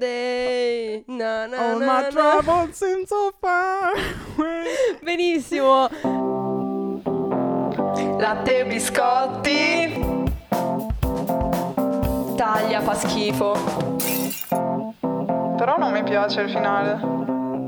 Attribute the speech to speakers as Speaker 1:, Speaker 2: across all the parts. Speaker 1: Yesterday. Na, na,
Speaker 2: All
Speaker 1: na,
Speaker 2: my
Speaker 1: na.
Speaker 2: troubles seem so far away.
Speaker 1: Benissimo. Latte e biscotti. Taglia fa schifo.
Speaker 3: Però non mi piace il finale.
Speaker 2: Ciao,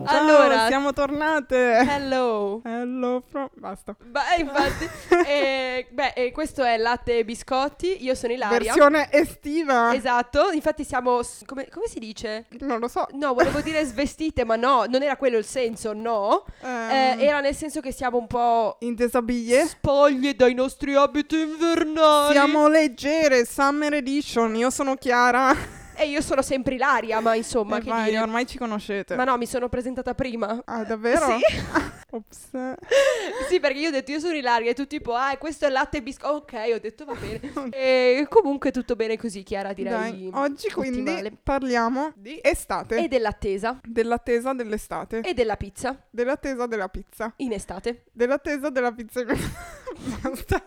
Speaker 1: Ah, Allora,
Speaker 2: siamo tornate.
Speaker 1: hello.
Speaker 2: Hello from... Basta.
Speaker 1: Beh, infatti, eh, beh, eh, questo è latte e biscotti. Io sono Ilaria.
Speaker 2: Versione estiva.
Speaker 1: Esatto, infatti siamo. s- Come, come si dice?
Speaker 2: non lo so.
Speaker 1: No, volevo dire svestite, ma no, non era quello il senso, no. Eh,
Speaker 2: Ehm,
Speaker 1: era nel senso che siamo un po'
Speaker 2: In desabille.
Speaker 1: spoglie dai nostri abiti invernali.
Speaker 2: Siamo leggere, Summer Edition. Io sono Chiara.
Speaker 1: E io sono sempre Ilaria, ma insomma,
Speaker 2: e
Speaker 1: che
Speaker 2: Eh, vai,
Speaker 1: dire.
Speaker 2: ormai ci conoscete.
Speaker 1: Ma no, mi sono presentata prima.
Speaker 2: Ah, davvero?
Speaker 1: Sì.
Speaker 2: Ops.
Speaker 1: sì, perché io ho detto io sono Ilaria e tu tipo, ah, questo è latte e biscotti. Ok, ho detto va bene. e comunque tutto bene così, Chiara, direi.
Speaker 2: Dai, oggi quindi
Speaker 1: ottimale.
Speaker 2: parliamo di estate.
Speaker 1: E dell'attesa.
Speaker 2: dell'attesa dell'estate.
Speaker 1: E della pizza
Speaker 2: dell'attesa della pizza.
Speaker 1: in estate.
Speaker 2: Dell'attesa della pizza. Basta.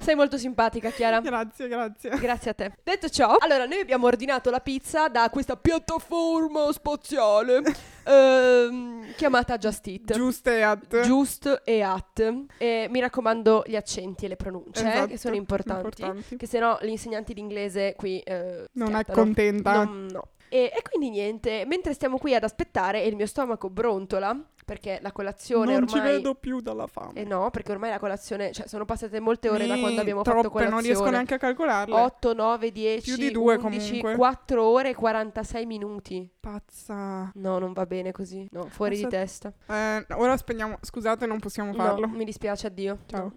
Speaker 1: Sei molto simpatica, Chiara.
Speaker 2: grazie, grazie.
Speaker 1: Grazie a te. Detto ciò, allora noi abbiamo ordinato la pizza da questa piattaforma spaziale ehm, chiamata Just Eat.
Speaker 2: Giuste at.
Speaker 1: Just e at. E mi raccomando gli accenti e le pronunce, eh,
Speaker 2: Esatto,
Speaker 1: che sono importanti. Che se no gli insegnanti d'inglese qui... eh,
Speaker 2: Non è
Speaker 1: schiattano.
Speaker 2: contenta.
Speaker 1: Non- no. E, e quindi niente, mentre stiamo qui ad aspettare e il mio stomaco brontola, perché la colazione
Speaker 2: non ci
Speaker 1: ormai...
Speaker 2: vedo più dalla fame.
Speaker 1: Eh no, perché ormai la colazione... Cioè, sono passate molte ore da
Speaker 2: Mi-
Speaker 1: quando abbiamo
Speaker 2: troppe,
Speaker 1: fatto colazione.
Speaker 2: non riesco neanche a calcolarle.
Speaker 1: 8, 9, 10,
Speaker 2: Più di due,
Speaker 1: 11,
Speaker 2: comunque.
Speaker 1: 4 ore e 46 minuti.
Speaker 2: Pazza.
Speaker 1: No, non va bene così. No, fuori di
Speaker 2: Cosa-
Speaker 1: testa.
Speaker 2: Eh, ora spegniamo. Scusate, non possiamo
Speaker 1: No,
Speaker 2: farlo.
Speaker 1: mi dispiace, addio.
Speaker 2: Ciao.
Speaker 1: No.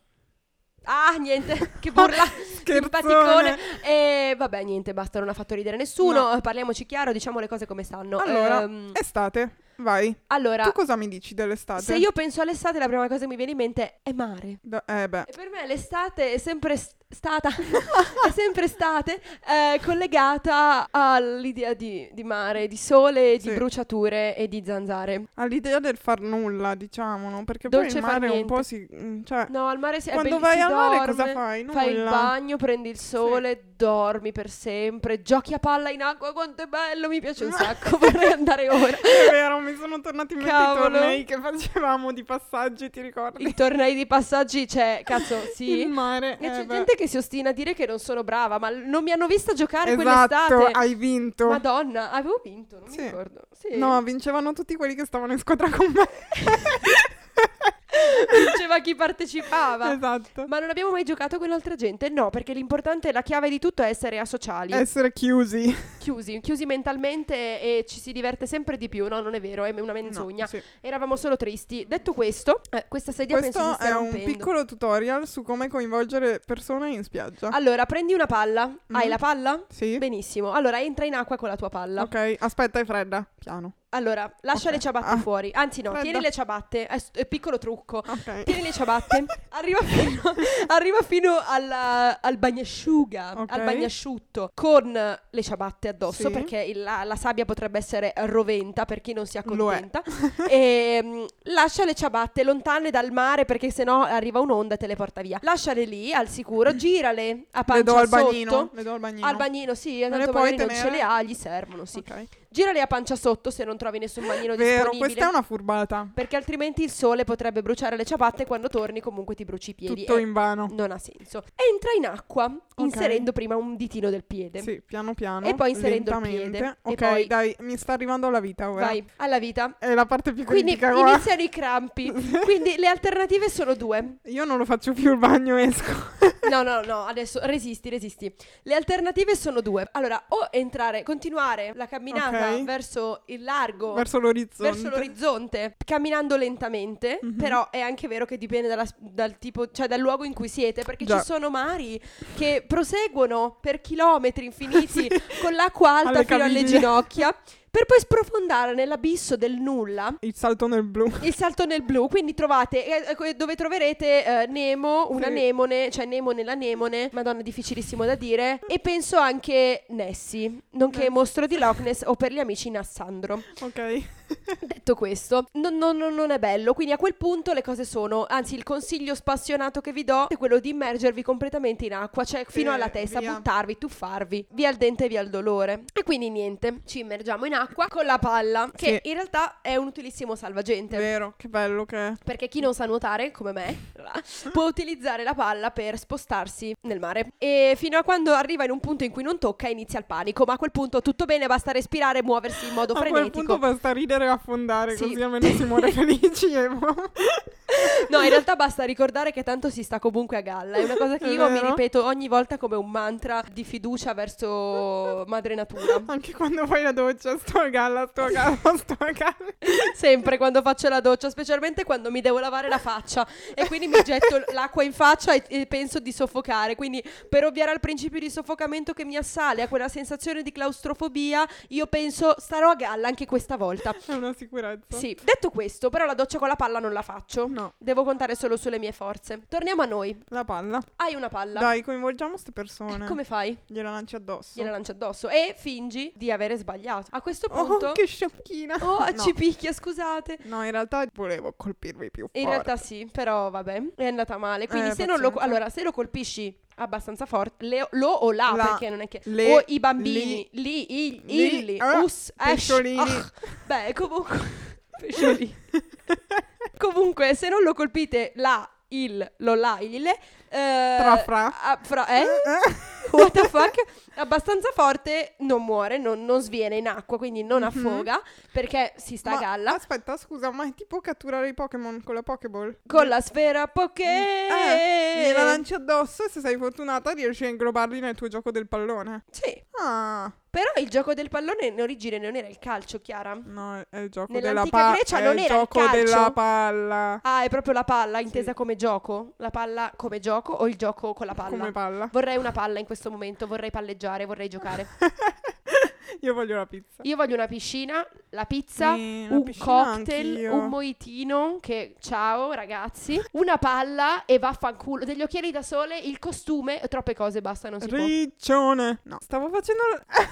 Speaker 1: Ah, niente, che burla.
Speaker 2: Scherzone.
Speaker 1: Simpaticone. E vabbè, niente, basta, non ha fatto ridere nessuno. Parliamoci chiaro, diciamo le cose come stanno.
Speaker 2: Allora,
Speaker 1: Ehm,
Speaker 2: estate. Vai.
Speaker 1: allora
Speaker 2: Tu cosa mi dici dell'estate?
Speaker 1: se io penso all'estate, la prima cosa che mi viene in mente è mare.
Speaker 2: Da- eh beh.
Speaker 1: E per me l'estate è sempre s- stata, è sempre estate eh, collegata all'idea di, di mare, di sole, di
Speaker 2: Sì.
Speaker 1: bruciature e di zanzare.
Speaker 2: All'idea del far nulla, diciamo, no? Perché
Speaker 1: Dolce
Speaker 2: poi il
Speaker 1: far
Speaker 2: mare un
Speaker 1: niente.
Speaker 2: po' si... mm, Cioè,
Speaker 1: No, al mare si, è
Speaker 2: quando
Speaker 1: belli-
Speaker 2: vai
Speaker 1: si
Speaker 2: al mare
Speaker 1: dorme,
Speaker 2: cosa fai? Nulla.
Speaker 1: Fai il bagno, prendi il sole, dormi per sempre, giochi a palla in acqua, quanto è bello, mi piace un sacco, vorrei andare ora.
Speaker 2: È vero, mi sono tornati in mente
Speaker 1: Cavolo.
Speaker 2: i tornei che facevamo di passaggi, ti ricordi?
Speaker 1: I tornei di passaggi, cioè, cazzo,
Speaker 2: Il
Speaker 1: sì.
Speaker 2: mare.
Speaker 1: E
Speaker 2: eh,
Speaker 1: c'è
Speaker 2: beh.
Speaker 1: gente che si ostina a dire che non sono brava, ma l- non mi hanno vista giocare
Speaker 2: Esatto,
Speaker 1: quell'estate.
Speaker 2: hai vinto.
Speaker 1: Madonna, avevo vinto, non
Speaker 2: Sì.
Speaker 1: mi ricordo. Sì.
Speaker 2: No, vincevano tutti quelli che stavano in squadra con me.
Speaker 1: Diceva chi partecipava.
Speaker 2: esatto.
Speaker 1: Ma non abbiamo mai giocato con l'altra gente? No, perché l'importante, la chiave di tutto è essere asociali,
Speaker 2: Essere chiusi.
Speaker 1: chiusi, chiusi mentalmente e ci si diverte sempre di più. No, non è vero, è una menzogna.
Speaker 2: No, sì.
Speaker 1: Eravamo solo tristi. Detto questo, eh, questa sedia penso si
Speaker 2: Questo
Speaker 1: stia
Speaker 2: è un
Speaker 1: rompendo.
Speaker 2: piccolo tutorial su come coinvolgere persone in spiaggia.
Speaker 1: Allora, prendi una palla. Hai
Speaker 2: Mhm.
Speaker 1: la palla?
Speaker 2: sì?
Speaker 1: Benissimo. Allora, entra in acqua con la tua palla.
Speaker 2: Ok, aspetta, è fredda. Piano.
Speaker 1: Allora, lascia
Speaker 2: Ok.
Speaker 1: le ciabatte
Speaker 2: Ah.
Speaker 1: fuori. Anzi, no,
Speaker 2: Fredda.
Speaker 1: tieni le ciabatte. È, s- è piccolo trucco.
Speaker 2: Ok.
Speaker 1: Tieni le ciabatte, arriva fino, arriva fino alla- al bagnasciuga,
Speaker 2: Ok.
Speaker 1: al bagnasciutto, con le ciabatte addosso,
Speaker 2: Sì.
Speaker 1: perché il- la, la sabbia potrebbe essere roventa per chi non si
Speaker 2: Lo è.
Speaker 1: accontenta. e, mm, lascia le ciabatte lontane dal mare, perché sennò arriva un'onda e te le porta via. Lasciale lì, al sicuro, girale a pancia
Speaker 2: Le do al
Speaker 1: sotto.
Speaker 2: bagnino. Le do al bagnino.
Speaker 1: Al bagnino, sì,
Speaker 2: le
Speaker 1: tanto
Speaker 2: puoi
Speaker 1: magari non ce
Speaker 2: tenere?
Speaker 1: le ha, gli servono, sì.
Speaker 2: Ok.
Speaker 1: Girale a pancia sotto se non trovi nessun bagnino
Speaker 2: Vero,
Speaker 1: disponibile.
Speaker 2: questa è una furbata.
Speaker 1: Perché altrimenti il sole potrebbe bruciare le ciabatte e quando torni comunque ti bruci i piedi.
Speaker 2: Tutto
Speaker 1: Eh,
Speaker 2: in vano.
Speaker 1: Non ha senso. Entra in acqua inserendo prima un ditino del piede.
Speaker 2: Sì, piano piano.
Speaker 1: E poi inserendo il piede.
Speaker 2: lentamente.
Speaker 1: E
Speaker 2: Ok,
Speaker 1: poi-
Speaker 2: dai, mi sta arrivando la vita ora.
Speaker 1: Vai, alla vita.
Speaker 2: È la parte più
Speaker 1: Quindi
Speaker 2: critica qua.
Speaker 1: iniziano i crampi. Quindi le alternative sono due.
Speaker 2: Io non lo faccio più il bagno, esco.
Speaker 1: No, no, no, adesso resisti, resisti. Le alternative sono due. Allora, o entrare, continuare la camminata
Speaker 2: Ok.
Speaker 1: verso il largo.
Speaker 2: verso l'orizzonte. Mhm.
Speaker 1: verso l'orizzonte, camminando lentamente, però è anche vero che dipende dalla- dal tipo, cioè dal luogo in cui siete, perché
Speaker 2: Già.
Speaker 1: ci sono mari che proseguono per chilometri infiniti con l'acqua alta
Speaker 2: Alle
Speaker 1: fino alle
Speaker 2: caviglie.
Speaker 1: ginocchia, per poi sprofondare nell'abisso del nulla.
Speaker 2: Il salto nel blu.
Speaker 1: Il salto nel blu, quindi trovate eh, ecco, dove troverete eh, Nemo, un
Speaker 2: Sì.
Speaker 1: anemone, cioè Nemo nell'anemone, madonna difficilissimo da dire, e penso anche Nessie, nonché
Speaker 2: Nessie.
Speaker 1: mostro di Loch Ness o per gli amici Nassandro.
Speaker 2: Ok.
Speaker 1: Detto questo, non, non- non- non è bello, quindi a quel punto le cose sono, anzi il consiglio spassionato che vi do è quello di immergervi completamente in acqua, cioè fino
Speaker 2: Eh,
Speaker 1: alla testa,
Speaker 2: via.
Speaker 1: buttarvi, tuffarvi, via il dente e via il dolore. E quindi niente, ci immergiamo in acqua con la palla, che
Speaker 2: Sì.
Speaker 1: in realtà è un utilissimo salvagente.
Speaker 2: Vero, che bello che è.
Speaker 1: Perché chi non sa nuotare, come me, può utilizzare la palla per spostarsi nel mare. E fino a quando arriva in un punto in cui non tocca, inizia il panico. Ma a quel punto tutto bene, basta respirare e muoversi in modo
Speaker 2: A quel
Speaker 1: frenetico.
Speaker 2: punto basta ridere e affondare,
Speaker 1: Sì.
Speaker 2: così almeno si muore felici. E...
Speaker 1: No, in realtà basta ricordare che tanto si sta comunque a galla. È una cosa che
Speaker 2: È
Speaker 1: io mi
Speaker 2: vero.
Speaker 1: ripeto ogni volta come un mantra di fiducia verso madre natura.
Speaker 2: Anche quando fai la doccia, sto a galla, sto a galla, sto a galla.
Speaker 1: Sempre quando faccio la doccia, specialmente quando mi devo lavare la faccia e quindi mi getto l'acqua in faccia e, e penso di soffocare. Quindi per ovviare al principio di soffocamento che mi assale, a quella sensazione di claustrofobia, io penso starò a galla anche questa volta.
Speaker 2: È una sicurezza.
Speaker 1: Sì, detto questo, però la doccia con la palla non la faccio.
Speaker 2: No,
Speaker 1: Devo contare solo sulle mie forze. Torniamo a noi.
Speaker 2: la palla.
Speaker 1: Hai una palla.
Speaker 2: Dai, coinvolgiamo queste persone.
Speaker 1: Come fai?
Speaker 2: Gliela lanci addosso.
Speaker 1: Gliela lanci addosso e fingi di avere sbagliato. A questo punto...
Speaker 2: Oh. Oh, che sciocchina.
Speaker 1: Oh,
Speaker 2: no.
Speaker 1: ci picchia, scusate.
Speaker 2: no, in realtà volevo colpirvi più
Speaker 1: In
Speaker 2: forte.
Speaker 1: realtà sì, però vabbè, è andata male. Quindi
Speaker 2: Eh,
Speaker 1: se, non lo,
Speaker 2: pazienza.
Speaker 1: allora, se lo colpisci abbastanza forte, le- lo o la,
Speaker 2: La,
Speaker 1: perché non è che...
Speaker 2: le,
Speaker 1: o i bambini, li, il,
Speaker 2: li,
Speaker 1: illi,
Speaker 2: ah,
Speaker 1: us, esh,
Speaker 2: pesciolini.
Speaker 1: ah. Beh, comunque... pesciolini. comunque, se non lo colpite la, il, lo la, il, le... eh,
Speaker 2: Tra fra.
Speaker 1: ah, fra- eh?
Speaker 2: Eh?
Speaker 1: What the fuck? Abbastanza forte, non muore, non, non sviene in acqua, quindi non
Speaker 2: Mhm.
Speaker 1: affoga, perché si sta
Speaker 2: Ma ah,
Speaker 1: a galla.
Speaker 2: Aspetta, scusa, ma è tipo catturare i Pokémon con la Pokéball?
Speaker 1: Con la sfera Poké!
Speaker 2: Eh, gliela lanci addosso e se sei fortunata riesci a inglobarli nel tuo gioco del pallone.
Speaker 1: Sì,
Speaker 2: Ah,
Speaker 1: però il gioco del pallone in origine non era il calcio, Chiara.
Speaker 2: no, è il gioco
Speaker 1: Nell'antica
Speaker 2: della palla.
Speaker 1: Grecia
Speaker 2: è
Speaker 1: non
Speaker 2: il
Speaker 1: era il
Speaker 2: gioco
Speaker 1: calcio.
Speaker 2: della palla.
Speaker 1: Ah, è proprio la palla intesa come gioco? La palla come gioco o il gioco con la palla?
Speaker 2: Come palla.
Speaker 1: Vorrei una palla in questo momento, vorrei palleggiare, vorrei giocare.
Speaker 2: Io voglio la pizza.
Speaker 1: Io voglio una piscina, la pizza,
Speaker 2: Sì, la
Speaker 1: un
Speaker 2: piscina
Speaker 1: cocktail,
Speaker 2: anch'io.
Speaker 1: un moitino che ciao ragazzi, una palla e vaffanculo, degli occhiali da sole, il costume, troppe cose, basta, non si può.
Speaker 2: Riccione. No, stavo facendo... la-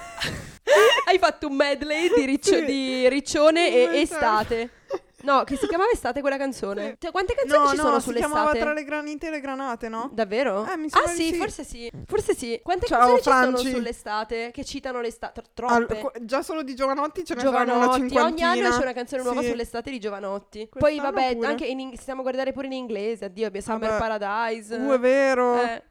Speaker 1: Hai fatto un medley di, riccio-
Speaker 2: Sì.
Speaker 1: di riccione e
Speaker 2: Esatto.
Speaker 1: estate. No, che si chiamava estate quella canzone.
Speaker 2: Sì.
Speaker 1: Cioè, quante canzoni
Speaker 2: No,
Speaker 1: ci
Speaker 2: no,
Speaker 1: sono
Speaker 2: si chiamava
Speaker 1: sull'estate?
Speaker 2: tra le granite e le granate, no?
Speaker 1: Davvero?
Speaker 2: Eh, mi
Speaker 1: ah
Speaker 2: sembra di
Speaker 1: sì,
Speaker 2: sì.
Speaker 1: forse sì. Forse sì. Quante
Speaker 2: Ciao,
Speaker 1: canzoni ci
Speaker 2: Franci.
Speaker 1: sono sull'estate che citano l'estate? Tro-
Speaker 2: Al-
Speaker 1: troppe.
Speaker 2: qu- già solo di Giovanotti ce ne saranno una
Speaker 1: Giovanotti, ogni
Speaker 2: cinquantina.
Speaker 1: anno c'è una canzone nuova
Speaker 2: Sì.
Speaker 1: sull'estate di Giovanotti. Poi
Speaker 2: Quest'anno
Speaker 1: vabbè,
Speaker 2: pure.
Speaker 1: anche in ing- stiamo a guardare pure in inglese. Addio, abbiamo Summer
Speaker 2: Vabbè.
Speaker 1: Paradise.
Speaker 2: Uh, è vero.
Speaker 1: Eh.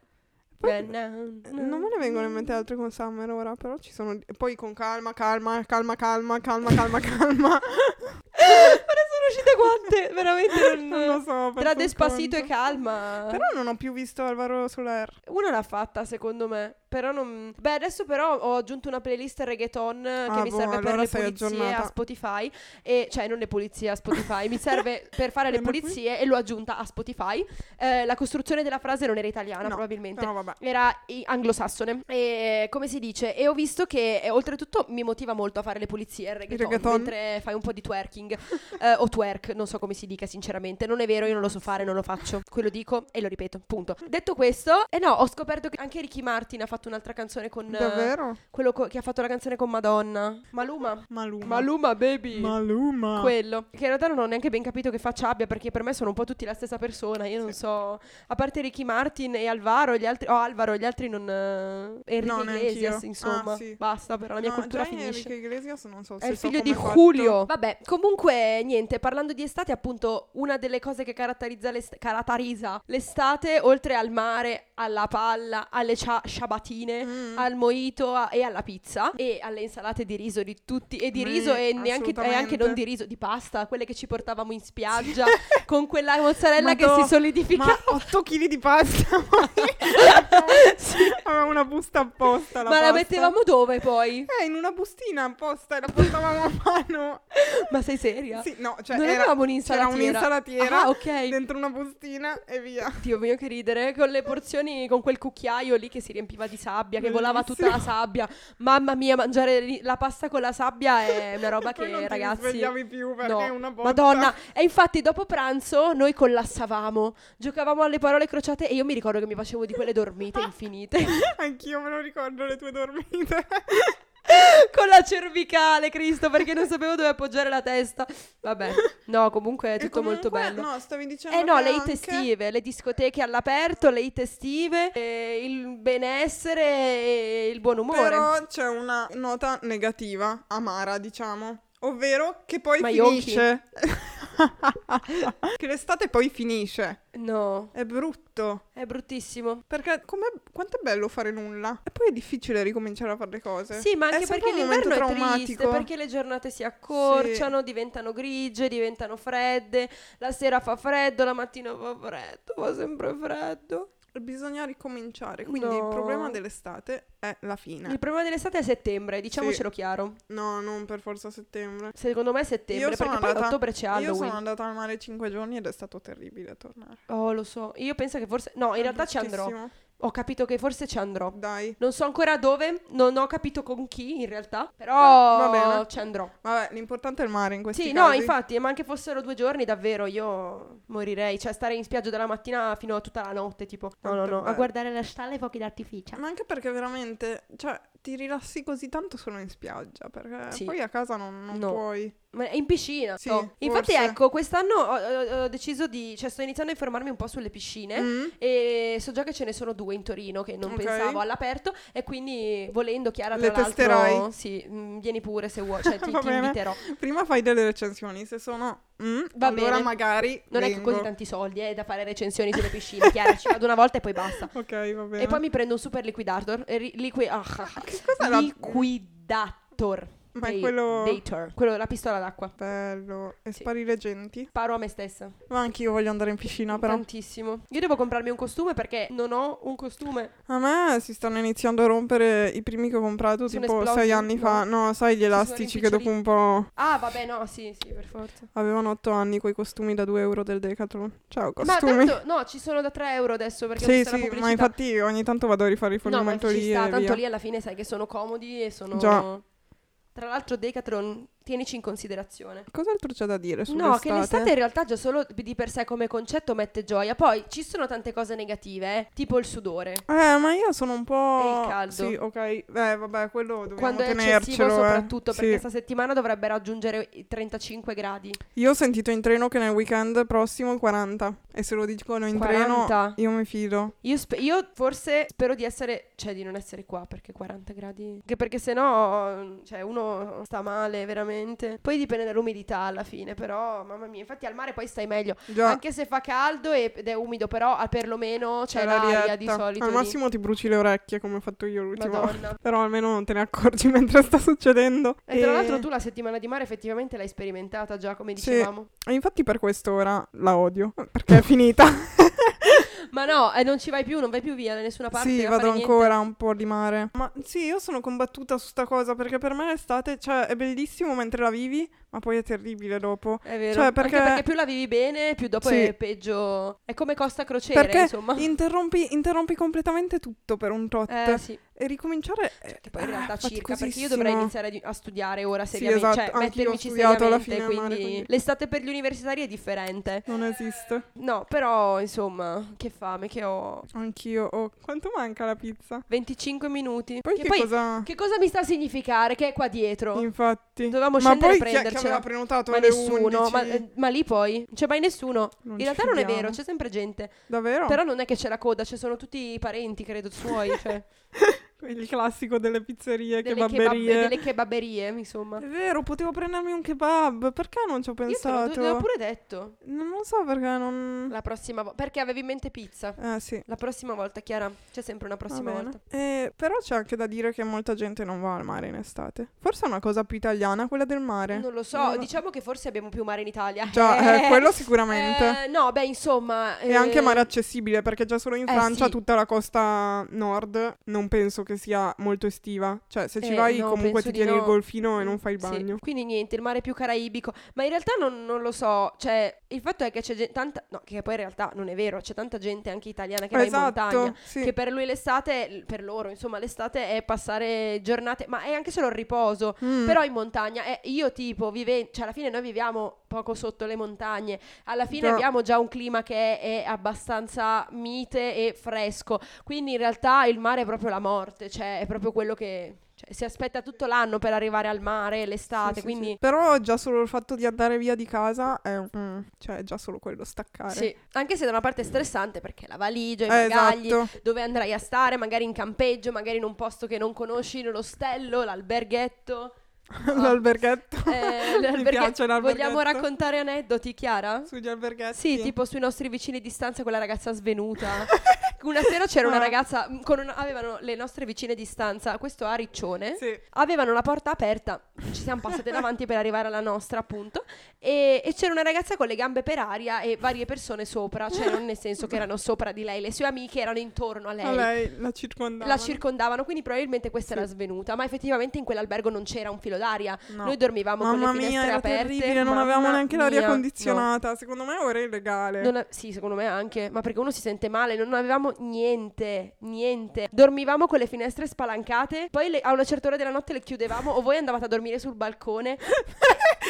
Speaker 2: Poi-
Speaker 1: Beh, no,
Speaker 2: Eh,
Speaker 1: no.
Speaker 2: Non me ne vengono in mente altre con Summer ora, però ci sono... e Poi con calma, calma, calma, calma, calma, calma, calma.
Speaker 1: Ma ne sono uscite quante? Veramente non,
Speaker 2: non lo so. ho perso
Speaker 1: Tra
Speaker 2: il
Speaker 1: Despacito e
Speaker 2: conto.
Speaker 1: Calma.
Speaker 2: Però non ho più visto Alvaro Soler.
Speaker 1: Una l'ha fatta, secondo me. Però non. Beh, adesso però ho aggiunto una playlist reggaeton eh, che
Speaker 2: Ah,
Speaker 1: mi
Speaker 2: boh,
Speaker 1: serve per
Speaker 2: allora
Speaker 1: le
Speaker 2: sei
Speaker 1: pulizie
Speaker 2: aggiornata.
Speaker 1: a Spotify. E, cioè, non le pulizie a Spotify, mi serve per fare le
Speaker 2: Per le pul-
Speaker 1: pulizie e l'ho aggiunta a Spotify. Eh, la costruzione della frase non era italiana,
Speaker 2: No,
Speaker 1: probabilmente.
Speaker 2: Però vabbè.
Speaker 1: Era i- anglosassone. E come si dice? E ho visto che eh, oltretutto mi motiva molto a fare le pulizie il reggaeton,
Speaker 2: reggaeton.
Speaker 1: mentre fai un po' di twerking eh, o twerk, non so come si dica sinceramente. Non è vero, io non lo so fare, non lo faccio. Quello dico e lo ripeto, punto. Detto questo, e no, ho scoperto che anche Ricky Martin ha fatto un'altra canzone con eh,
Speaker 2: Davvero?
Speaker 1: quello co- che ha fatto la canzone con Madonna. Maluma.
Speaker 2: Maluma.
Speaker 1: Maluma baby.
Speaker 2: Maluma.
Speaker 1: quello che in realtà non ho neanche ben capito che faccia abbia perché per me sono un po' tutti la stessa persona io non so a parte Ricky Martin e Alvaro gli altri oh Alvaro gli altri non eh, Enrique
Speaker 2: No, neanch'io.
Speaker 1: Iglesias insomma
Speaker 2: Ah, sì.
Speaker 1: basta però la mia
Speaker 2: No,
Speaker 1: cultura
Speaker 2: già
Speaker 1: finisce
Speaker 2: Enrique Iglesias non so
Speaker 1: è
Speaker 2: se
Speaker 1: il
Speaker 2: so
Speaker 1: figlio di
Speaker 2: come è fatto.
Speaker 1: Julio. Vabbè, comunque, niente, parlando di estate, appunto, una delle cose che caratterizza, l'est- caratterizza l'estate, oltre al mare, alla palla, alle cia- sciabatine,
Speaker 2: Mm.
Speaker 1: al mojito a- e alla pizza e alle insalate di riso di tutti e di
Speaker 2: Mm,
Speaker 1: riso e neanche e anche
Speaker 2: assolutamente.
Speaker 1: non di riso di pasta quelle che ci portavamo in spiaggia con quella mozzarella che
Speaker 2: Madò,
Speaker 1: si solidifica
Speaker 2: Ma 8 kg di pasta.
Speaker 1: Sì.
Speaker 2: Aveva una busta apposta.
Speaker 1: ma
Speaker 2: La
Speaker 1: la
Speaker 2: pasta.
Speaker 1: mettevamo dove poi?
Speaker 2: Eh, in una bustina apposta e la portavamo a mano.
Speaker 1: ma sei seria?
Speaker 2: Sì, no, cioè
Speaker 1: non
Speaker 2: era,
Speaker 1: avevamo
Speaker 2: c'era
Speaker 1: un'insalatiera
Speaker 2: un'insalatiera
Speaker 1: ah ok
Speaker 2: dentro una bustina e via.
Speaker 1: Dio mio che ridere, con le porzioni, con quel cucchiaio lì che si riempiva di sabbia, che volava tutta la
Speaker 2: Bellissimo.
Speaker 1: sabbia. Mamma mia, mangiare li- la pasta con la sabbia è una roba
Speaker 2: E poi non
Speaker 1: che
Speaker 2: ti
Speaker 1: ragazzi...
Speaker 2: svegliavi più perché
Speaker 1: No.
Speaker 2: una botta.
Speaker 1: Madonna, e infatti dopo pranzo noi collassavamo, giocavamo alle parole crociate e io mi ricordo che mi facevo di quelle dormite infinite
Speaker 2: Anch'io me lo ricordo le tue dormite.
Speaker 1: con la cervicale, Cristo, perché non sapevo dove appoggiare la testa. Vabbè, no, comunque è
Speaker 2: E
Speaker 1: tutto molto
Speaker 2: comunque-
Speaker 1: bello.
Speaker 2: No, stavi dicendo
Speaker 1: Eh no,
Speaker 2: che
Speaker 1: le it
Speaker 2: anche-
Speaker 1: estive, le discoteche all'aperto, le it estive, eh, il benessere e il buon umore.
Speaker 2: Però c'è una nota negativa, amara, diciamo. Ovvero che poi
Speaker 1: Ma Yonchi?
Speaker 2: finisce. che l'estate poi finisce.
Speaker 1: No,
Speaker 2: È brutto.
Speaker 1: è bruttissimo.
Speaker 2: Perché com'è- quanto è bello fare nulla. E poi è difficile ricominciare a fare le cose.
Speaker 1: Sì, ma
Speaker 2: È
Speaker 1: anche
Speaker 2: sempre
Speaker 1: perché
Speaker 2: un momento
Speaker 1: l'inverno è triste,
Speaker 2: traumatico.
Speaker 1: perché le giornate si accorciano, diventano grigie, diventano fredde, la sera fa freddo, la mattina fa freddo, fa sempre freddo.
Speaker 2: Bisogna ricominciare. Quindi
Speaker 1: No.
Speaker 2: il problema dell'estate è la fine.
Speaker 1: Il problema dell'estate è settembre, diciamocelo chiaro.
Speaker 2: No, non per forza settembre.
Speaker 1: Secondo me è settembre,
Speaker 2: Io sono
Speaker 1: perché poi a
Speaker 2: andata-
Speaker 1: ottobre c'è
Speaker 2: Io sono
Speaker 1: Halloween.
Speaker 2: andata al mare 5 giorni ed è stato terribile tornare.
Speaker 1: Oh, lo so. Io penso che forse no, in realtà ci andrò.
Speaker 2: Bruttissimo.
Speaker 1: Ho capito che forse ci andrò.
Speaker 2: Dai.
Speaker 1: Non so ancora dove, non ho capito con chi in realtà, però
Speaker 2: Va bene.
Speaker 1: ci andrò.
Speaker 2: Vabbè, l'importante è il mare in questi
Speaker 1: Sì,
Speaker 2: casi.
Speaker 1: no, infatti, ma anche fossero due giorni, davvero, io morirei. Cioè, stare in spiaggia dalla mattina fino a tutta la notte, tipo. No,
Speaker 2: Quanto
Speaker 1: no,
Speaker 2: è
Speaker 1: no. A
Speaker 2: bello.
Speaker 1: guardare la stalla e fuochi d'artificio.
Speaker 2: Ma anche perché veramente, cioè, ti rilassi così tanto solo in spiaggia, perché
Speaker 1: Sì.
Speaker 2: poi a casa non, non
Speaker 1: No.
Speaker 2: puoi.
Speaker 1: Ma in piscina.
Speaker 2: Sì,
Speaker 1: no. Infatti,
Speaker 2: forse.
Speaker 1: ecco, quest'anno ho, ho- ho deciso di... Cioè, sto iniziando a informarmi un po' sulle piscine.
Speaker 2: Mm.
Speaker 1: E so già che ce ne sono due in Torino che non
Speaker 2: Ok.
Speaker 1: pensavo all'aperto e quindi volendo Chiara
Speaker 2: Le
Speaker 1: tra l'altro
Speaker 2: testerai?
Speaker 1: sì, mm, vieni pure se vuoi, cioè ti,
Speaker 2: Va
Speaker 1: ti
Speaker 2: bene.
Speaker 1: inviterò.
Speaker 2: Prima fai delle recensioni, se sono... mm,
Speaker 1: Va
Speaker 2: allora
Speaker 1: bene.
Speaker 2: magari
Speaker 1: Non è che
Speaker 2: vengo.
Speaker 1: così tanti soldi eh, da fare recensioni sulle piscine, Chiara, ci vado una volta e poi basta.
Speaker 2: Ok, va bene.
Speaker 1: E poi mi prendo un super liquidator. eh, ri- liqui- ah, ah, ah.
Speaker 2: Che cos'è la-
Speaker 1: Liquidator.
Speaker 2: Ma è
Speaker 1: dei-
Speaker 2: quello-
Speaker 1: dator. Quello, la pistola d'acqua.
Speaker 2: Bello. E
Speaker 1: Sì.
Speaker 2: spari le genti.
Speaker 1: Paro a me stessa.
Speaker 2: Ma anch'io voglio andare in piscina, Ah, però.
Speaker 1: Tantissimo. Io devo comprarmi un costume perché non ho un costume.
Speaker 2: A me si stanno iniziando a rompere i primi che ho comprato
Speaker 1: Sono
Speaker 2: tipo
Speaker 1: esplosi?
Speaker 2: sei anni fa. No, sai, gli
Speaker 1: sono
Speaker 2: elastici che dopo un po'
Speaker 1: Ah, vabbè, no, sì, sì, per forza.
Speaker 2: avevano otto anni quei costumi da 2 euro del Decathlon. Ciao,
Speaker 1: Ma
Speaker 2: costumi.
Speaker 1: tanto, no, ci sono da 3 euro adesso perché ho
Speaker 2: sì,
Speaker 1: visto la
Speaker 2: sì,
Speaker 1: pubblicità.
Speaker 2: ma infatti ogni tanto vado a rifare il
Speaker 1: No, ma
Speaker 2: rifornimento
Speaker 1: ci
Speaker 2: lì
Speaker 1: sta,
Speaker 2: e
Speaker 1: tanto
Speaker 2: via.
Speaker 1: lì alla fine sai che sono comodi e sono...
Speaker 2: Già.
Speaker 1: Tra l'altro Decathlon, tienici in considerazione.
Speaker 2: Cos'altro c'è da dire sull'estate?
Speaker 1: No, che l'estate in realtà già solo di per sé come concetto mette gioia. Poi ci sono tante cose negative, eh, tipo il sudore.
Speaker 2: Eh, ma io sono un po'...
Speaker 1: E il caldo.
Speaker 2: Sì, ok. Eh, vabbè, quello dobbiamo
Speaker 1: Quando è eccessivo
Speaker 2: tenercelo, eh.
Speaker 1: soprattutto,
Speaker 2: Sì.
Speaker 1: perché sta settimana dovrebbe raggiungere i 35 gradi.
Speaker 2: Io ho sentito in treno che nel weekend prossimo 40. E se lo dicono in
Speaker 1: 40?
Speaker 2: treno, io mi fido.
Speaker 1: Io, spe- io forse spero di essere, cioè di non essere qua perché 40 gradi. Che perché sennò, cioè, uno sta male veramente. Poi dipende dall'umidità alla fine, però, mamma mia, infatti al mare poi stai meglio.
Speaker 2: Già.
Speaker 1: Anche se fa caldo e- ed è umido, però ah, perlomeno c'è,
Speaker 2: C'è
Speaker 1: l'aria
Speaker 2: l'arietta.
Speaker 1: di solito.
Speaker 2: Al
Speaker 1: lì.
Speaker 2: massimo ti bruci le orecchie come ho fatto io l'ultima volta.
Speaker 1: Madonna.
Speaker 2: Però almeno non te ne accorgi mentre sta succedendo.
Speaker 1: E tra l'altro tu la settimana di mare effettivamente l'hai sperimentata già, come
Speaker 2: Sì.
Speaker 1: dicevamo.
Speaker 2: E infatti per questo ora la odio. Perché è finita.
Speaker 1: Ma no, eh, non ci vai più, non vai più via da nessuna parte.
Speaker 2: sì,
Speaker 1: a
Speaker 2: vado
Speaker 1: fare niente.
Speaker 2: ancora un po' di mare. Ma sì, io sono combattuta su sta cosa perché per me l'estate, cioè, è bellissimo mentre la vivi, ma poi è terribile dopo.
Speaker 1: È vero.
Speaker 2: Cioè,
Speaker 1: Anche perché...
Speaker 2: perché-
Speaker 1: più la vivi bene, più dopo
Speaker 2: Sì.
Speaker 1: è peggio. È come Costa Crociere,
Speaker 2: perché
Speaker 1: insomma.
Speaker 2: interrompi, interrompi completamente tutto per un tot.
Speaker 1: Eh sì,
Speaker 2: E ricominciare... è-
Speaker 1: che poi in realtà
Speaker 2: ah,
Speaker 1: circa, perché io
Speaker 2: faticosissimo.
Speaker 1: dovrei iniziare a di- a studiare ora
Speaker 2: Sì,
Speaker 1: seriamente,
Speaker 2: esatto,
Speaker 1: cioè
Speaker 2: anch'io ho
Speaker 1: mettermici
Speaker 2: studiato alla
Speaker 1: seriamente,
Speaker 2: fine al
Speaker 1: quindi...
Speaker 2: mare, quindi-
Speaker 1: l'estate per gli universitari è differente.
Speaker 2: Non esiste.
Speaker 1: No, però insomma, che fame che ho.
Speaker 2: Anch'io. Oh, quanto manca la pizza?
Speaker 1: 25 minuti.
Speaker 2: Poi
Speaker 1: che,
Speaker 2: che
Speaker 1: poi
Speaker 2: cosa...
Speaker 1: che cosa mi sta a significare che è qua dietro?
Speaker 2: Infatti.
Speaker 1: Dovevamo
Speaker 2: ma
Speaker 1: scendere e
Speaker 2: poi chi è che
Speaker 1: prendercela.
Speaker 2: aveva prenotato
Speaker 1: Ma
Speaker 2: alle
Speaker 1: nessuno,
Speaker 2: 11?
Speaker 1: ma, eh, ma lì poi non c'è mai nessuno.
Speaker 2: Non
Speaker 1: In
Speaker 2: ci
Speaker 1: realtà non è
Speaker 2: fidiamo.
Speaker 1: vero, c'è sempre gente.
Speaker 2: Davvero?
Speaker 1: Però non è che c'è la coda, ci sono tutti i parenti, credo, suoi, cioè
Speaker 2: Il classico delle pizzerie,
Speaker 1: delle, kebab-
Speaker 2: kebabberie.
Speaker 1: delle kebaberie, insomma.
Speaker 2: È vero, potevo prendermi un kebab. Perché non ci ho
Speaker 1: Io te l'ho,
Speaker 2: pensato?
Speaker 1: te l'ho pure detto
Speaker 2: Non lo so perché non...
Speaker 1: la prossima volta, perché avevi in mente pizza.
Speaker 2: Eh sì.
Speaker 1: La prossima volta, Chiara, c'è sempre una
Speaker 2: va
Speaker 1: prossima
Speaker 2: bene.
Speaker 1: volta.
Speaker 2: Eh, però c'è anche da dire che molta gente non va al mare in estate. Forse è una cosa più italiana quella del mare.
Speaker 1: Non lo so,
Speaker 2: Non lo-
Speaker 1: diciamo che forse abbiamo più mare in Italia.
Speaker 2: Già, eh, quello
Speaker 1: Eh,
Speaker 2: sicuramente.
Speaker 1: no, beh, insomma...
Speaker 2: E anche mare accessibile, perché già solo in
Speaker 1: eh,
Speaker 2: Francia
Speaker 1: sì.
Speaker 2: tutta la costa nord non penso che sia molto estiva. Cioè, se ci
Speaker 1: Eh,
Speaker 2: vai
Speaker 1: no,
Speaker 2: comunque
Speaker 1: penso
Speaker 2: ti
Speaker 1: di
Speaker 2: tieni
Speaker 1: no.
Speaker 2: il golfino e non fai il
Speaker 1: Mm, Sì,
Speaker 2: bagno.
Speaker 1: Quindi niente, il mare più caraibico. Ma in realtà non, non lo so. Cioè, il fatto è che c'è gente, tanta. No, che poi in realtà non è vero, c'è tanta gente anche italiana che
Speaker 2: esatto,
Speaker 1: va in montagna.
Speaker 2: sì.
Speaker 1: Che per lui l'estate, per loro, insomma, l'estate è passare giornate, ma è anche solo il riposo.
Speaker 2: Mm.
Speaker 1: Però in montagna, eh, io tipo, vive, cioè alla fine noi viviamo poco sotto le montagne, alla fine
Speaker 2: Già.
Speaker 1: abbiamo già un clima che è, è abbastanza mite e fresco, quindi in realtà il mare è proprio la morte, cioè è proprio quello che... cioè, Cioè, si aspetta tutto l'anno per arrivare al mare, l'estate,
Speaker 2: Sì, sì,
Speaker 1: quindi...
Speaker 2: sì. Però già solo il fatto di andare via di casa è un- mm, cioè, è già solo quello staccare.
Speaker 1: Sì, anche se da una parte è stressante perché la valigia, i
Speaker 2: Eh,
Speaker 1: bagagli,
Speaker 2: esatto.
Speaker 1: dove andrai a stare, magari in campeggio, magari in un posto che non conosci, nell'ostello, l'alberghetto. Ah.
Speaker 2: L'alberghetto.
Speaker 1: oh. Eh,
Speaker 2: Mi
Speaker 1: l'alberghe-
Speaker 2: piace l'alberghetto.
Speaker 1: Vogliamo raccontare aneddoti, Chiara?
Speaker 2: Sugli alberghetti.
Speaker 1: Sì, tipo eh? sui nostri vicini di stanza quella ragazza svenuta. Una sera c'era una
Speaker 2: Ah.
Speaker 1: ragazza mh, con una- avevano le nostre vicine di stanza, questo a Riccione.
Speaker 2: Sì.
Speaker 1: Avevano la porta aperta, ci siamo passate davanti per arrivare alla nostra, appunto. E, e c'era una ragazza con le gambe per aria e varie persone sopra, cioè non nel senso che erano sopra di lei, le sue amiche erano intorno a lei.
Speaker 2: A lei la circondava.
Speaker 1: La circondavano, quindi probabilmente questa
Speaker 2: Sì.
Speaker 1: era svenuta, ma effettivamente in quell'albergo non c'era un filo d'aria.
Speaker 2: No.
Speaker 1: Noi dormivamo
Speaker 2: Mamma
Speaker 1: con le
Speaker 2: mia,
Speaker 1: finestre
Speaker 2: era
Speaker 1: aperte.
Speaker 2: terribile, non avevamo
Speaker 1: Mamma
Speaker 2: neanche l'aria
Speaker 1: mia, no.
Speaker 2: condizionata. Secondo me ora è illegale.
Speaker 1: Non a- sì, secondo me anche, ma perché uno si sente male, non avevamo niente, niente. Dormivamo con le finestre spalancate, poi le- a una certa ora della notte le chiudevamo o voi andavate a dormire sul balcone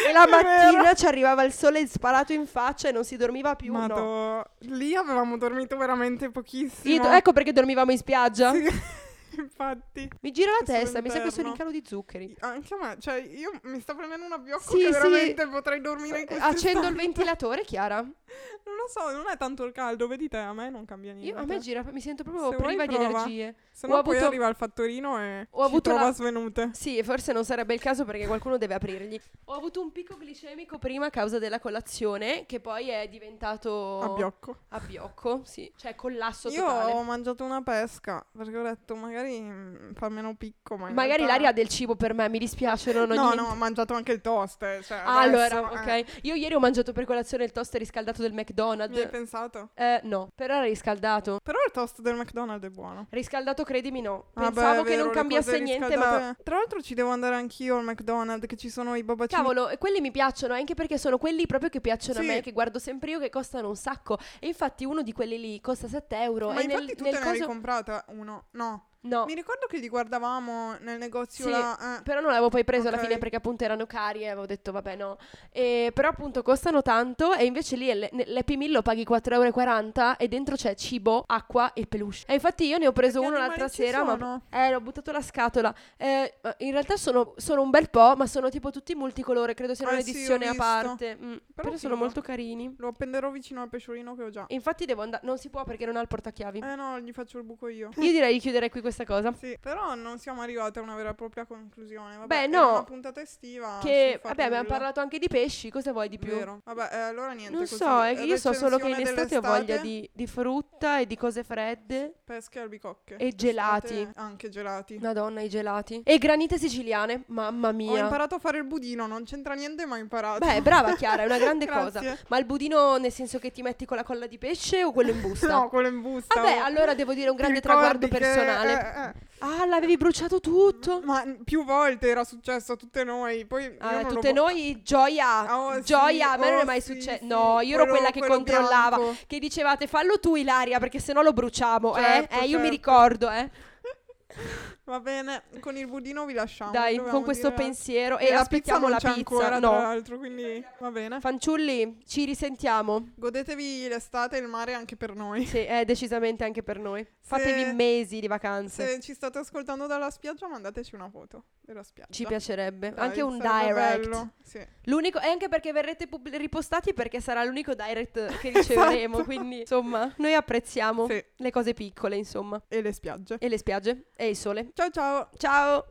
Speaker 1: e la
Speaker 2: È vero.
Speaker 1: mattina ci arrivava il sole sparato in faccia e non si dormiva più.
Speaker 2: Madò,
Speaker 1: no.
Speaker 2: lì avevamo dormito veramente pochissimo.
Speaker 1: Sì, do- ecco perché dormivamo in spiaggia.
Speaker 2: Sì, infatti.
Speaker 1: Mi gira la
Speaker 2: Questo
Speaker 1: testa, mi sa che sono
Speaker 2: all'interno.
Speaker 1: in calo di zuccheri.
Speaker 2: Anche a me, cioè io mi sta prendendo un abbiocco
Speaker 1: Sì,
Speaker 2: che
Speaker 1: sì.
Speaker 2: veramente potrei dormire in questo
Speaker 1: Accendo il ventilatore, Chiara.
Speaker 2: Non lo so, non è tanto il caldo, vedi te, a me non cambia niente.
Speaker 1: Io, a me gira, mi sento proprio
Speaker 2: Se vuoi
Speaker 1: priva di
Speaker 2: prova.
Speaker 1: energie.
Speaker 2: Se
Speaker 1: ho
Speaker 2: no poi
Speaker 1: avuto-
Speaker 2: arriva il fattorino e
Speaker 1: ho
Speaker 2: ci
Speaker 1: avuto
Speaker 2: trova
Speaker 1: la-
Speaker 2: svenute.
Speaker 1: Sì, e forse non sarebbe il caso perché qualcuno deve aprirgli. Ho avuto un picco glicemico prima a causa della colazione, che poi è diventato
Speaker 2: Abbiocco.
Speaker 1: abbiocco, sì, cioè collasso
Speaker 2: Io
Speaker 1: totale.
Speaker 2: ho mangiato una pesca perché ho detto magari mm, fa meno picco. Ma in
Speaker 1: Magari
Speaker 2: realtà-
Speaker 1: l'aria del cibo per me, mi dispiace, non ho
Speaker 2: No,
Speaker 1: niente.
Speaker 2: no, ho mangiato anche il toast. eh, Cioè,
Speaker 1: Ah,
Speaker 2: adesso,
Speaker 1: allora,
Speaker 2: eh,
Speaker 1: ok. Io ieri ho mangiato per colazione il toast riscaldato del
Speaker 2: Mi hai
Speaker 1: McDonald's.
Speaker 2: pensato?
Speaker 1: Eh, no, però era riscaldato.
Speaker 2: Però il toast del McDonald's è buono.
Speaker 1: Riscaldato, credimi, no.
Speaker 2: Ah, beh,
Speaker 1: Pensavo
Speaker 2: è
Speaker 1: che
Speaker 2: vero,
Speaker 1: non
Speaker 2: le
Speaker 1: cambiasse
Speaker 2: cose
Speaker 1: niente, ma...
Speaker 2: riscaldate- Tra l'altro ci devo andare anch'io al McDonald's, che ci sono i babacini.
Speaker 1: Cavolo, e quelli mi piacciono anche perché sono quelli proprio che piacciono
Speaker 2: Sì.
Speaker 1: a me, che guardo sempre io, che costano un sacco. E infatti uno di quelli lì costa 7 euro.
Speaker 2: Ma
Speaker 1: e nel,
Speaker 2: infatti tu
Speaker 1: nel
Speaker 2: te ne avevi
Speaker 1: coso-
Speaker 2: comprata uno. No.
Speaker 1: No,
Speaker 2: Mi ricordo che li guardavamo nel negozio
Speaker 1: Sì.
Speaker 2: là. eh.
Speaker 1: però non l'avevo poi preso alla
Speaker 2: Ok.
Speaker 1: fine perché appunto erano cari e avevo detto vabbè no. E, però appunto costano tanto e invece lì le- ne- l'Happy Meal lo paghi 4,40 euro e dentro c'è cibo, acqua e peluche. E infatti io ne ho preso
Speaker 2: Che
Speaker 1: uno
Speaker 2: animali
Speaker 1: l'altra
Speaker 2: ci
Speaker 1: sera ma...
Speaker 2: sono?
Speaker 1: Eh, l'ho buttato la scatola. Eh, ma in realtà sono, sono un bel po', ma sono tipo tutti multicolore, credo siano
Speaker 2: Eh sì, ho
Speaker 1: un'edizione a
Speaker 2: visto.
Speaker 1: parte. Mm, però sono
Speaker 2: figo.
Speaker 1: molto carini.
Speaker 2: Lo appenderò vicino al pesciolino che ho già.
Speaker 1: Infatti devo andare, non si può perché non ha il portachiavi.
Speaker 2: Eh no, gli faccio il buco io.
Speaker 1: Io direi di chiudere qui questa cosa.
Speaker 2: Sì, però non siamo arrivati a una vera e propria conclusione. Vabbè,
Speaker 1: Beh,
Speaker 2: era
Speaker 1: no.
Speaker 2: Una puntata estiva.
Speaker 1: che
Speaker 2: sul far
Speaker 1: vabbè, abbiamo
Speaker 2: nulla.
Speaker 1: parlato anche di pesci, cosa vuoi di più?
Speaker 2: Vero. Vabbè, eh, allora niente.
Speaker 1: Non
Speaker 2: così,
Speaker 1: so, è che io so solo che in
Speaker 2: recensione
Speaker 1: estate ho voglia
Speaker 2: dell'estate,
Speaker 1: di, di frutta e di cose fredde.
Speaker 2: Pesche e albicocche.
Speaker 1: e
Speaker 2: D'estate
Speaker 1: gelati.
Speaker 2: Anche gelati.
Speaker 1: Madonna, i gelati. E granite siciliane, mamma
Speaker 2: Ho
Speaker 1: mia.
Speaker 2: imparato a fare il budino, non c'entra niente, ma ho imparato.
Speaker 1: Beh, brava Chiara, è una grande cosa.
Speaker 2: Grazie.
Speaker 1: Ma il budino nel senso che ti metti con la colla di pesce o quello in busta?
Speaker 2: No, quello in busta.
Speaker 1: Vabbè,
Speaker 2: oh.
Speaker 1: allora devo dire un
Speaker 2: Ti
Speaker 1: grande
Speaker 2: ricordi
Speaker 1: traguardo
Speaker 2: che-
Speaker 1: personale.
Speaker 2: eh, eh.
Speaker 1: Ah, l'avevi bruciato tutto.
Speaker 2: Ma più volte era successo a tutte noi. Poi
Speaker 1: Ah,
Speaker 2: io non
Speaker 1: tutte
Speaker 2: lo... vo-
Speaker 1: noi gioia,
Speaker 2: Oh, sì,
Speaker 1: gioia, a me non
Speaker 2: oh,
Speaker 1: è mai
Speaker 2: sì,
Speaker 1: successo.
Speaker 2: sì,
Speaker 1: No, io ero
Speaker 2: quello-
Speaker 1: quella che
Speaker 2: quello
Speaker 1: controllava,
Speaker 2: bianco.
Speaker 1: che dicevate fallo tu Ilaria perché sennò lo bruciamo, eh?
Speaker 2: Certo,
Speaker 1: eh, io mi
Speaker 2: certo.
Speaker 1: ricordo, eh.
Speaker 2: Va bene, con il budino vi lasciamo.
Speaker 1: Dai,
Speaker 2: dovevamo
Speaker 1: con questo
Speaker 2: dire-
Speaker 1: pensiero
Speaker 2: E,
Speaker 1: e,
Speaker 2: la
Speaker 1: aspettiamo
Speaker 2: pizza
Speaker 1: la
Speaker 2: non c'è
Speaker 1: pizza.
Speaker 2: ancora, tra
Speaker 1: no.
Speaker 2: l'altro, quindi va bene.
Speaker 1: Fanciulli, ci risentiamo.
Speaker 2: Godetevi l'estate e il mare anche per noi.
Speaker 1: Sì, è decisamente anche per noi. Fatevi mesi di vacanze.
Speaker 2: Se ci state ascoltando dalla spiaggia, mandateci una foto della spiaggia.
Speaker 1: Ci piacerebbe.
Speaker 2: Dai,
Speaker 1: anche un
Speaker 2: sarebbe
Speaker 1: direct.
Speaker 2: bello, Sì.
Speaker 1: L'unico, e anche perché verrete pubblic- ripostati perché sarà l'unico direct che riceveremo.
Speaker 2: Esatto.
Speaker 1: Quindi, insomma, noi apprezziamo
Speaker 2: Sì.
Speaker 1: le cose piccole, insomma.
Speaker 2: E le spiagge.
Speaker 1: E le spiagge e il sole.
Speaker 2: Ciao ciao!
Speaker 1: Ciao!